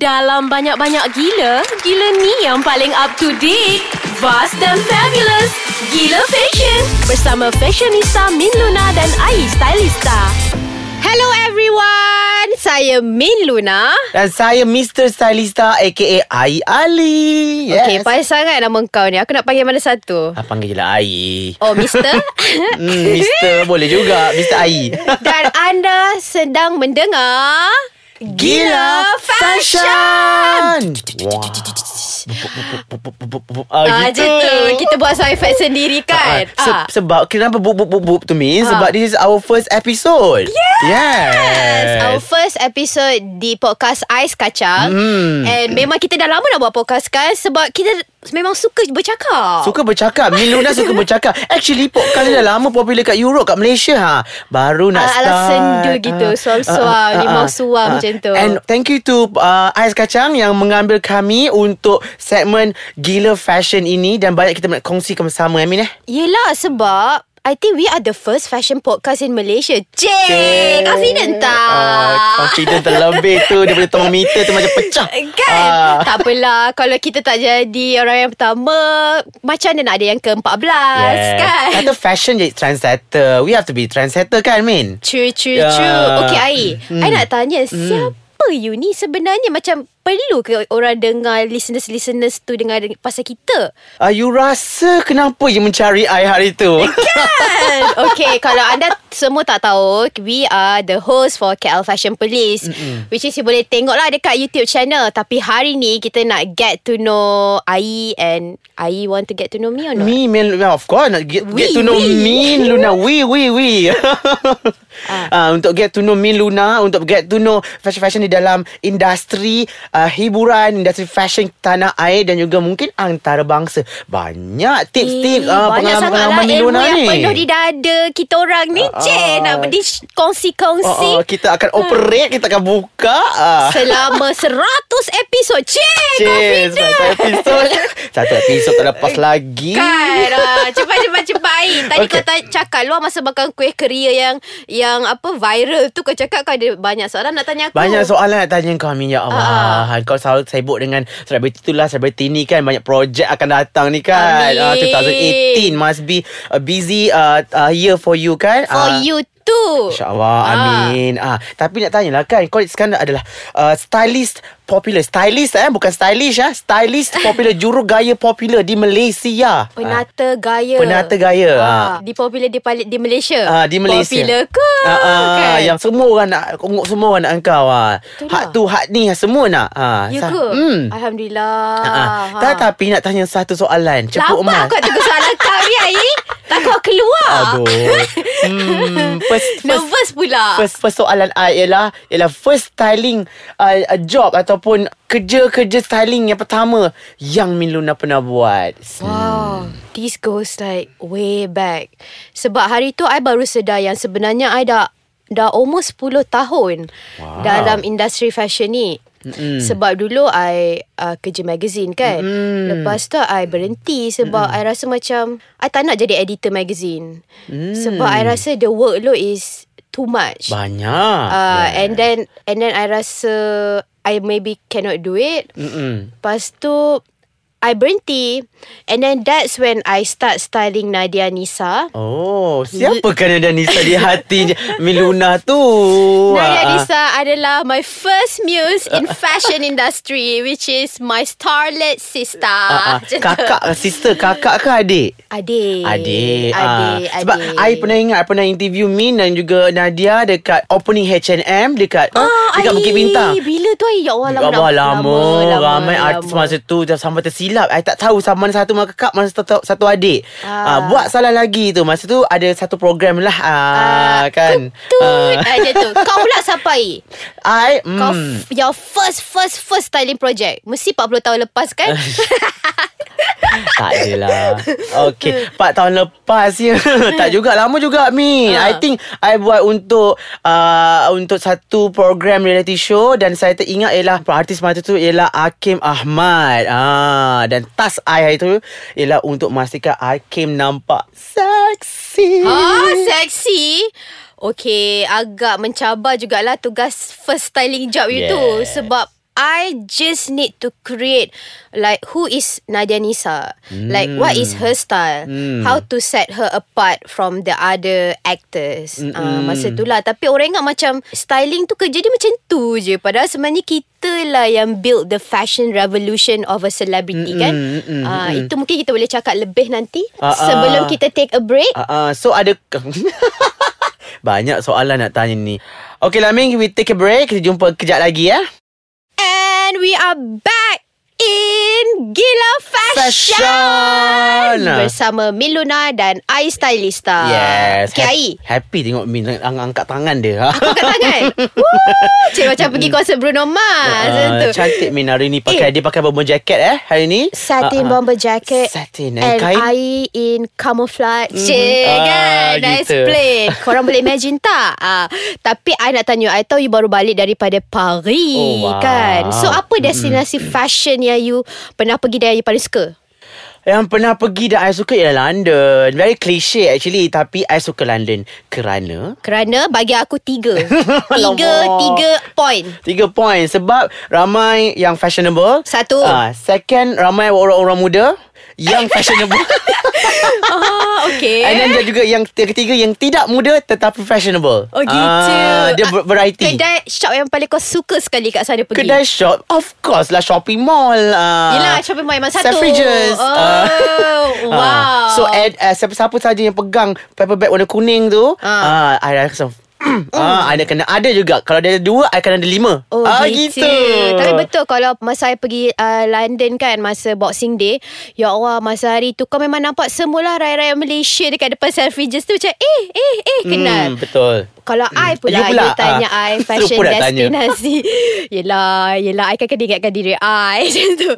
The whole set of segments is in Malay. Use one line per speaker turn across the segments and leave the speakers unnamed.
Dalam banyak-banyak gila, gila ni yang paling up to date. Vast dan fabulous. Gila Fashion. Bersama fashionista Min Luna dan AI Stylista. Hello everyone. Saya Min Luna.
Dan saya Mr. Stylista aka Ai Ali. Yes.
Okay, payah sangat nama kau ni. Aku nak panggil mana satu?
Ah, panggil je lah Ai.
Oh, Mister.
Hmm, Mr. boleh juga. Mr. Ai.
dan anda sedang mendengar...
Wah. Wow.
Ah, gitu. tu. Kita buat sound effect sendiri kan? Ah.
Oh, Ah, se- Sebab kenapa bup bup bup bup to me Sebab this is our first episode Yes, yes.
Yes, our first episode di podcast Ais Kacang
Hmm.
mm. And memang kita dah lama nak buat podcast kan Sebab kita memang suka bercakap
Suka bercakap Miluna suka bercakap Actually podcast ni dah lama popular kat Europe Kat Malaysia ha. Baru nak
Ala-
start Ah,
ala sendu Ah, gitu, suam-suam, limau suam macam tu.
And thank you to uh, Ais Kacang Yang mengambil kami Untuk segmen Gila Fashion ini Dan banyak kita nak kongsi bersama Amin eh
Yelah sebab I think we are the first fashion podcast in Malaysia Cik Confident tak?
Ah, Confident terlebih tu Daripada thermometer tu macam pecah
Kan
Ah.
Tak apalah Kalau kita tak jadi orang yang pertama Macam mana nak ada yang ke-14
Yes.
kan
Kata fashion jadi trendsetter We have to be trendsetter kan Min
True, true,
Ya. Hmm.
true. Okay, Ai. Mm. I nak tanya, siapa you ni sebenarnya? Macam perlu ke orang dengar, listeners-listeners tu dengar deng- pasal kita?
uh, You rasa kenapa you mencari I hari tu
Kan? okay, kalau anda semua tak tahu, we are the host for KL Fashion Police. Mm-mm. Which is you boleh tengok lah dekat YouTube channel. Tapi hari ni kita nak get to know Ai and Ai want to get to know me or not?
Me, Min Luna Of course nak get,
We,
get to know
we.
me Luna We, we, we ah. Untuk get to know me Luna Untuk get to know Fashion-fashion di dalam Industri uh, Hiburan Industri fashion Tanah air Dan juga mungkin Antarabangsa Banyak tips-tips
Eh,
uh,
Banyak sangat lah
Pengalaman-pengalaman
ilmu
Luna
yang
ni
penuh di dada kita orang ni
Ah,
Cik
ah.
Nak
Oh,
dikongsi-kongsi
oh, kita
Hmm.
akan operate Kita akan buka ah.
Selama 100 episod Cik
Cheers Satu episod Satu episod tak
Eh,
lepas lagi
Kan ah, Cepat cepat cepat Air Tadi okay. kau
Okay.
ta- cakap Luar masa makan kuih keria yang Yang apa viral tu Kau cakap kau ada banyak soalan nak tanya aku
Banyak soalan nak tanya kau
Ah,
Amin Ya Allah uh. Kau selalu sibuk dengan Selebriti tu lah Selebriti ni kan Banyak projek akan datang ni kan Ah,
Amin.
2018 Must be a busy uh, uh, year for you kan
For
Ah,
you too
InsyaAllah
Ah.
Amin ah. Tapi nak tanya lah kan Kau sekarang adalah uh, Stylist popular Stylist eh Bukan stylish ah, Stylist popular Juru gaya popular Di Malaysia Ah.
Penata gaya
Penata gaya, ah.
Di popular di, pali- di Malaysia
Ah di Malaysia.
Popular ke
Ah, ah,
kan?
yang semua orang nak Unguk semua orang nak engkau ah.
Itulah.
Hak tu hak ni semua nak. Ah.
You
sah-
ke
Hmm.
Alhamdulillah
Ah,
Ha.
ah. Tapi nak tanya satu soalan Cepuk
Lapar
emas
kau tengok soalan kau ni Ayi Takut keluar
Aduh hmm, first, first,
Nervous pula
first, first soalan I ah, ialah Ialah first styling uh, uh, Job ataupun Kerja-kerja styling yang pertama Yang Min Luna pernah buat
Wow, this goes like way back. Sebab hari tu I baru sedar yang sebenarnya I dah dah almost 10 tahun wow. dalam industri fashion ni. Mm-mm. Sebab dulu I uh, kerja magazine kan. Mm. Lepas tu I berhenti sebab mm. I rasa macam I tak nak jadi editor magazine. Mm. Sebab I rasa the workload is too much.
Banyak
Uh, and then and then I rasa I maybe cannot do it.
Mm-mm.
Lepas tu I berhenti And then that's when I start styling Nadia Nisa
Oh, siapakah Nada Nisa di hati Miluna tu?
Nadia
Ah, ah.
Nisa adalah my first muse in fashion industry Which is my starlet sister
Ah, ah.
Macam tu.
Kakak Sister kakak ke adik?
Adik
Adik,
Adik,
ah. Sebab
adik.
I pernah ingat I pernah interview Min dan juga Nadia Dekat opening H&M Dekat ah,
Ai,
Dekat Bukit Bintang
Bila tu ai? Ya Allah lama,
Lama, lama, lama,
lama,
Ramai
lama.
artis masa tu dah Sampai tersilap I tak tahu sama mana satu mana kakak Mana satu, satu adik
Ah.
ah. Buat salah lagi tu Masa tu ada satu program lah ah, Kan
Tut
Ah.
ah. Macam tu Kau pula sampai
I mm,
Kau f- Your first First first styling project Mesti 40 tahun lepas kan
Tak adalah Okay 4 tahun lepas ya Tak juga Lama juga Min
Ah.
I think I buat untuk uh, Untuk satu program reality show Dan saya teringat ialah Artis masa tu ialah Hakim Ahmad ah, Dan task I hari tu Ialah untuk memastikan Hakim nampak Seksi
Oh, seksi. Okay, agak mencabar jugalah tugas first styling job you tu.
Yes.
Sebab I just need to create like who is Nadia Nisa? Like
Hmm.
what is her style? How to set her apart from the other actors? Uh, masa tu lah. Tapi orang ingat macam styling tu kerja dia macam tu je. Padahal sebenarnya kita lah yang build the fashion revolution of a celebrity kan?
mm-mm,
Ah, Itu mungkin kita boleh cakap lebih nanti.
Ah, ah.
sebelum kita take a break.
Uh, uh, so ada Banyak soalan nak tanya ni Okay lah Ming We take a break Kita jumpa kejap lagi ya
And we are back in Gila Fashion,
Fashion.
bersama Miluna dan I Stylista.
Yes
Okay, Ai.
Hap- Happy tengok Min ang- Angkat tangan dia
Kau angkat tangan. Woo! Cik macam pergi konsert Bruno Mars. macam
Mm. Ah,
tu.
Cantik Min hari ni
Eh.
pakai Dia pakai bomber jacket eh Hari ni
Satin
Ah, ah.
bomber jacket
Satin eh,
And
kain.
I in camouflage mm.
Ah,
kan Nice
gitu.
play Korang boleh imagine tak ah, Tapi I nak tanya I tahu you baru balik daripada Paris
Oh, wow.
kan So apa destinasi fashion yang you Pernah pergi dan you paling suka
Yang pernah pergi dan I suka ialah London Very cliche actually Tapi I suka London Kerana
Kerana bagi aku tiga Tiga
Alamak.
Tiga point
Tiga point Sebab Ramai yang fashionable
Satu.
Ah, Second Ramai orang-orang muda Yang fashionable
Ah, okay
And then dia juga yang t- ketiga yang tidak muda tetapi fashionable.
Oh gitu
Ah, dia ber-
Ah,
variety. Kedai,
Kedai shop yang paling kau suka sekali kat sana pergi
kedai shop of course lah shopping mall. Uh,
Yelah shopping mall memang satu
Suffrages.
Oh
Ah.
Wow
Ah, so ad, uh, siapa-siapa saja yang pegang paper bag warna kuning tu, ah
Ah.
uh, I rasa mm. Ah, ada kena ada juga. Kalau dia ada dua, I kena ada lima.
Oh
Ah, Hmm,
gitu. Tapi betul Kalau masa saya pergi uh, London kan Masa Boxing Day Ya Allah Masa hari tu Kau memang nampak Semualah rakyat-rakyat Malaysia Dekat depan Selfridges tu Macam eh eh eh Kenal
Hmm, betul.
Kalau I pula
You
You,
pula,
tanya
ah.
I Fashion
Lupa nak tanya.
destinasi Yelah Yelah I kan kena ingatkan diri I Macam tu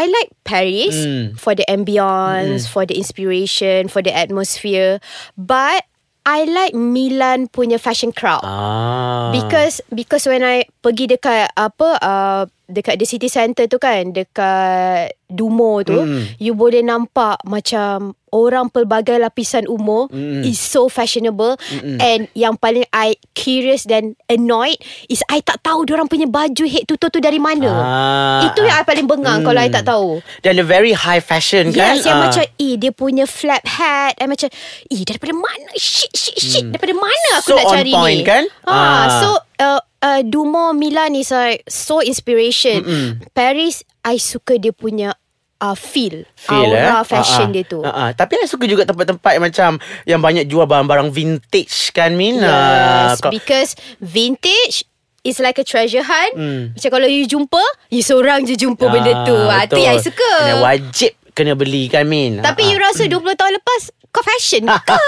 I like Paris
Hmm.
For the ambience For the inspiration For the atmosphere But I like Milan punya fashion crowd
Ah.
Because because when I pergi dekat apa uh, dekat the city centre tu kan dekat Dumo tu
Mm.
mm. you boleh nampak macam orang pelbagai lapisan umur
Mm.
mm. is so fashionable
Hmm.
Mm-mm. and yang paling I curious dan annoyed is I tak tahu orang punya baju head to toe tu dari mana.
ah,
Itu yang I paling bengang mm. kalau I tak tahu.
Dan dia very high fashion kan?
Yes, yang
Ah.
macam Eh dia punya flap hat I macam Eh daripada mana Shit shit shit hmm. Daripada mana aku
So
nak
on
cari
point,
ni
kan?
ha,
Ah.
ah. So uh, uh, Dumo Milan is like So inspiration Mm-mm. Paris I suka dia punya uh, Feel,
Feel
Aura
eh?
fashion
Ah, ah.
dia tu
Ah, ah. Tapi saya suka juga tempat-tempat Macam Yang banyak jual barang-barang vintage kan Min Ah,
Yes,
kau-
because vintage is like a treasure hunt. Mm. Macam kalau you jumpa, you seorang je jumpa
Ah,
benda tu. Ah, tu
betul.
yang I suka.
Kena wajib Kena beli kan Min
Tapi
Ah,
you
ah.
rasa 20 tahun lepas kau fashion ke?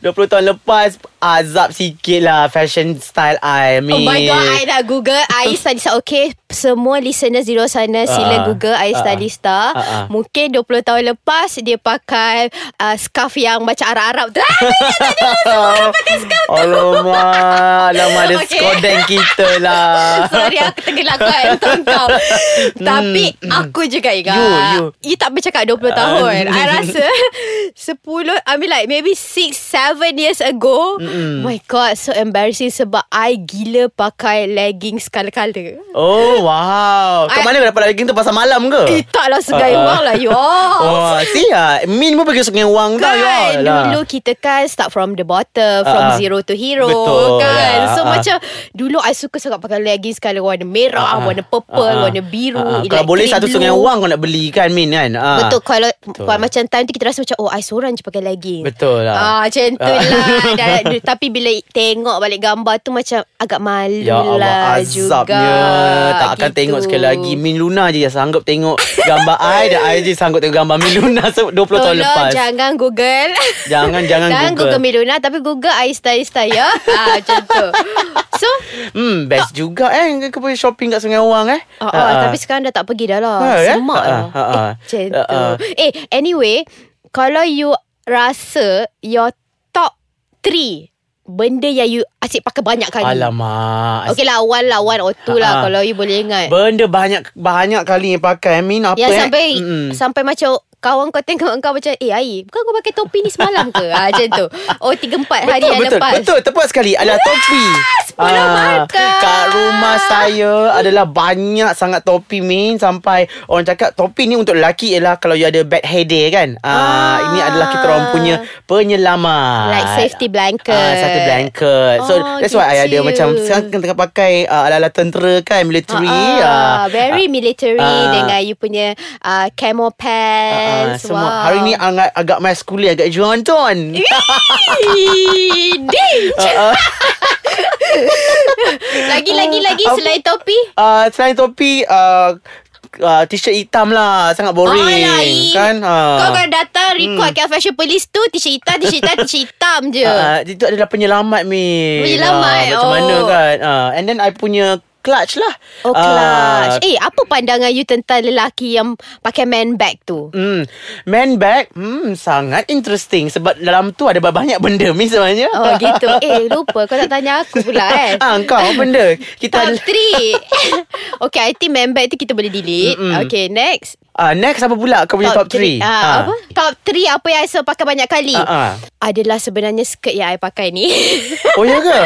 20 tahun lepas Azab sikit lah Fashion style I
Oh
Min
my god, I dah Google Ais Talista. Okay, semua listeners di luar sana sila
Ah,
Google Ais
ah,
Talista.
ah, ah.
Mungkin 20 tahun lepas dia pakai uh, scarf yang macam Arab-Arab tu. Ah,
Alamak Alamak Ada okay.
Okay.
skodeng kita lah
Sorry aku tenggelamkan untuk kau. Tapi aku juga Iga.
Hmm. You, you. Ah.
you tak bercakap 20 tahun. I rasa 10, I mean like maybe 6, 7 years ago. Oh My god, so embarrassing sebab I gila pakai leggings color-color.
Oh wow Kat
I-
mana kau dapat lagi tu Pasar malam ke
Eh tak lah segai
Ah, ah.
wang lah you all.
Oh, see ya. Min pun pergi sungai wang tau. you all
Kan
lah.
Dulu kita kan Start from the bottom From
Ah, ah.
zero to hero
Betul,
Kan
ah,
So
ah.
macam Dulu I suka sangat pakai leggings Kalau warna merah
Ah,
Warna purple
ah, ah.
Warna biru
Ah, ah.
electric
Kalau boleh satu
blue.
sungai wang kau nak beli kan Min kan Ah.
Betul kalau Betul. Macam time tu kita rasa macam Oh I seorang je pakai leggings
Betul lah.
ah, Macam tu
Ah.
lah Dah- du- Tapi bila tengok balik gambar tu Macam agak malu
Ya Allah
lah juga
azabnya Tak akan
Gitu.
tengok sekali lagi Min Luna je yang sanggup tengok Gambar I Dan I je sanggup tengok gambar Min Luna se- 20 tahun
Tolong
lepas
jangan Google
Jangan, jangan
Jangan
Google.
Google Miluna Tapi Google Aista-Aista ya ah, Macam tu So
Hmm best juga eh Kau boleh shopping kat Sungai Wang eh
Oh, oh,
Ah, ah.
tapi sekarang dah tak pergi dah lah
Ah, ya?
Semak
Ah,
lah
ah, ah, ah.
Eh, macam
Ah, ah.
tu Eh, anyway Kalau you rasa Your top 3 Benda yang you asyik pakai banyak kali
Alamak
Okay lah, one lah, one or two
Ah, ah.
lah Kalau you boleh ingat
Benda banyak Banyak kali yang pakai Min apa
Yang
eh?
sampai
Mm-mm.
Sampai macam kawan kau tengok kau macam Eh Ai Bukan kau pakai topi ni semalam ke ha, Macam tu Oh 3-4 hari
betul,
yang
betul,
lepas
Betul, tepat sekali. Ada topi. Ah,
bola makan.
kat rumah saya adalah banyak sangat topi Min sampai orang cakap topi ni untuk lelaki ialah kalau you ada bad headache kan. Ah,
Ah.
ini adalah kita orang punya penyelamat.
Like safety blanket.
Ah, safety blanket. So
Oh,
that's why I ada
gitu.
macam sekarang kan tengah pakai ah, ala-ala tentera kan military.
Ah,
ah.
very military
ah.
dengan you punya uh, camo
Ah, ah,
pants.
semua
wow. Ya,
hari ni agak agak maskulin agak kan? Jonton.
Ih, Ding. lagi lagi lagi
Apa?
selain topi.
Uh, selain topi uh, uh, T-shirt hitam lah Sangat boring
Alai.
Kan uh.
Kau kalau datang record hmm. Fashion Police tu T-shirt hitam T-shirt hitam T-shirt hitam je
Uh, itu adalah penyelamat Min
Penyelamat,
Ah, Macam
oh.
mana kan uh, And then I punya Clutch lah
Oh clutch
Ah,
Eh apa pandangan you Tentang lelaki yang Pakai man bag tu
Hmm, man bag hmm, Sangat interesting Sebab dalam tu ada banyak benda Min sebenarnya
Oh gitu Eh lupa Kau tak tanya aku pula kan
ah, Kau benda
Top
Kita ada-
3 Okay I think man bag tu Kita boleh delete
Mm-mm.
Okay next
ah, Next apa pula Kau punya top 3
Ah, Apa? Top 3 apa yang I selalu pakai banyak kali?
Ah, ah.
Adalah sebenarnya skirt yang I pakai ni.
Oh ya ke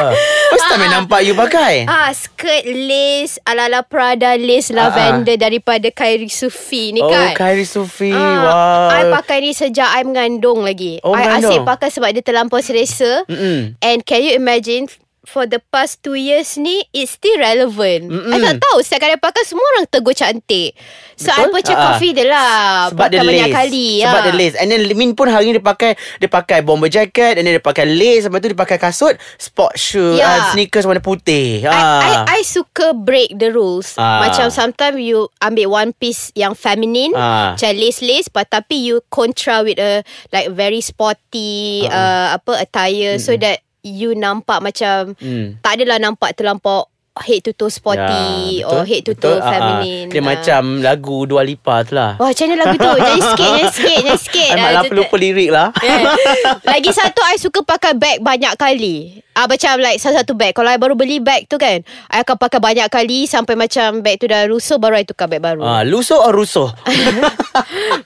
First time I nampak you pakai
ah, skirt lace ala-ala Prada lace
Ah, ah.
lavender daripada Kairi Sufi ni
Oh
kan.
Khairi Sufi
Ah,
Wow
I pakai ni sejak I mengandung lagi.
Oh,
I
mengandung.
asyik pakai sebab dia terlampau selesa.
Mm-mm.
And can you imagine For the past two years ni It's still relevant
Mm-mm.
I tak tahu Setiap kali I pakai Semua orang tegur cantik So
Betul?
I pun cakap
Ah.
coffee dia lah
Sebab
pakai
dia
banyak
lace
kali
Sebab
ah.
dia lace And then Min pun hari ni dia pakai Dia pakai bomber jacket And then dia pakai lace Lepas tu dia pakai kasut Sport shoe
Ya.
yeah. uh, Sneakers warna putih
I, I, I suka break the rules
Ah.
Macam sometimes you Ambil one piece Yang feminine
Ah.
Macam lace-lace but Tapi you contra with a Like very sporty
Ah,
uh, Apa attire So that You nampak macam
Mm.
Tak adalah nampak terlampau Head to toe sporty
Ya,
Or head to toe
Ah, ah.
feminine
Dia
Ah.
macam lagu Dua Lipa tu lah
Wah macam mana lagu tu Jadi sikit Jadi sikit Jadi sikit
I malah
Ah,
lupa lirik lah
Yeah. Lagi satu I suka pakai bag banyak kali Ah Macam like satu-satu bag Kalau I baru beli bag tu kan I akan pakai banyak kali Sampai macam bag tu dah rusuh Baru I tukar bag baru
Ah, lusuh or rusuh?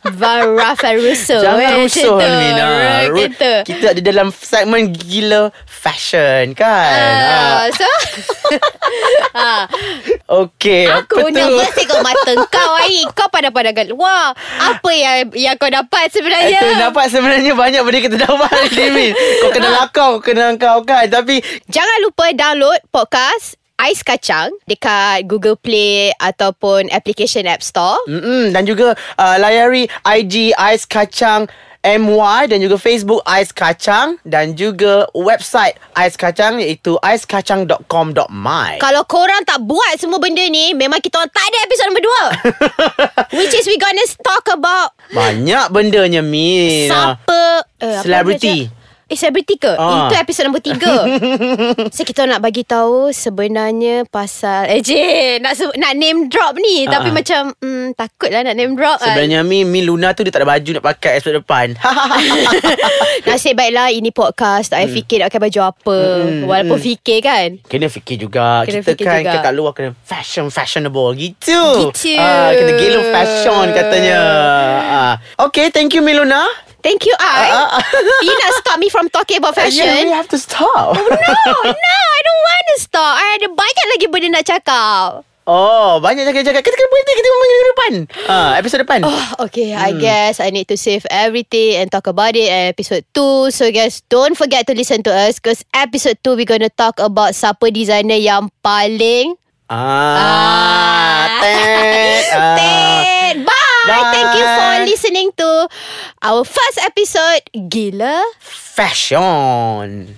Varaf and rusuh
Jangan
eh,
rusuh
macam tu.
Mina.
Ah,
Ru-
Gitu
Kita ada dalam segmen gila fashion kan.
Ah, So ah,
Ah, okay.
Aku
apa tu?
nak bersekok mata kau Ai Kau pandang pandangan Wah Apa yang yang kau dapat sebenarnya
Itu dapat sebenarnya banyak benda kita dapat ni Min. Kau kena lakau, kau kena kau kan. Tapi
Jangan lupa download podcast Ais Kacang dekat Google Play ataupun application App Store.
mm, dan juga uh, layari IG Ais Kacang MY dan juga Facebook Ais Kacang dan juga website Ais Kacang iaitu aiskacang.com.my.
Eh. Kalau korang tak buat semua benda ni, memang kita orang tak ada episod nombor dua. Which is we gonna talk about
Banyak bendanya Min.
siapa... eh, apa nama
Celebrity.
dia? Eh, celebrity ke?
Ah.
Itu episod nombor tiga. so, kita nak bagi tahu sebenarnya pasal... Eh, Jin, nak, se- nak name drop ni.
Ah,
Tapi
ah.
macam hmm, takutlah nak name drop. kan.
Sebenarnya Min, Min Luna tu dia tak ada baju nak pakai esok depan.
Nasib baiklah ini podcast
Hmm.
Tak payah fikir nak pakai baju apa Walaupun fikir kan
Kena fikir juga
Kena
kena Kita
fikir
kan
juga.
juga. kat luar kena fashion fashionable gitu
Gitu.
Ah, Kena gila fashion katanya ah. Okay thank you Miluna
Thank you I
Ah, Ya, ah.
You nak stop me from talking about
Yeah, we
fashion Oh,
have to stop
No No I don't want to stop I ada banyak lagi benda nak cakap
Oh banyak cakap-cakap Kita kena berhenti Kita kena minggu depan ah, Episode depan
Oh, okay, I
Hmm.
guess I need to save everything and talk about it at episode 2. So guys, don't forget to listen to us because episode 2 we're going to talk about siapa designer yang paling
Ah, Ted. Ah.
Ted. Bye.
Bye.
Thank you for listening to our first episode Gila
Fashion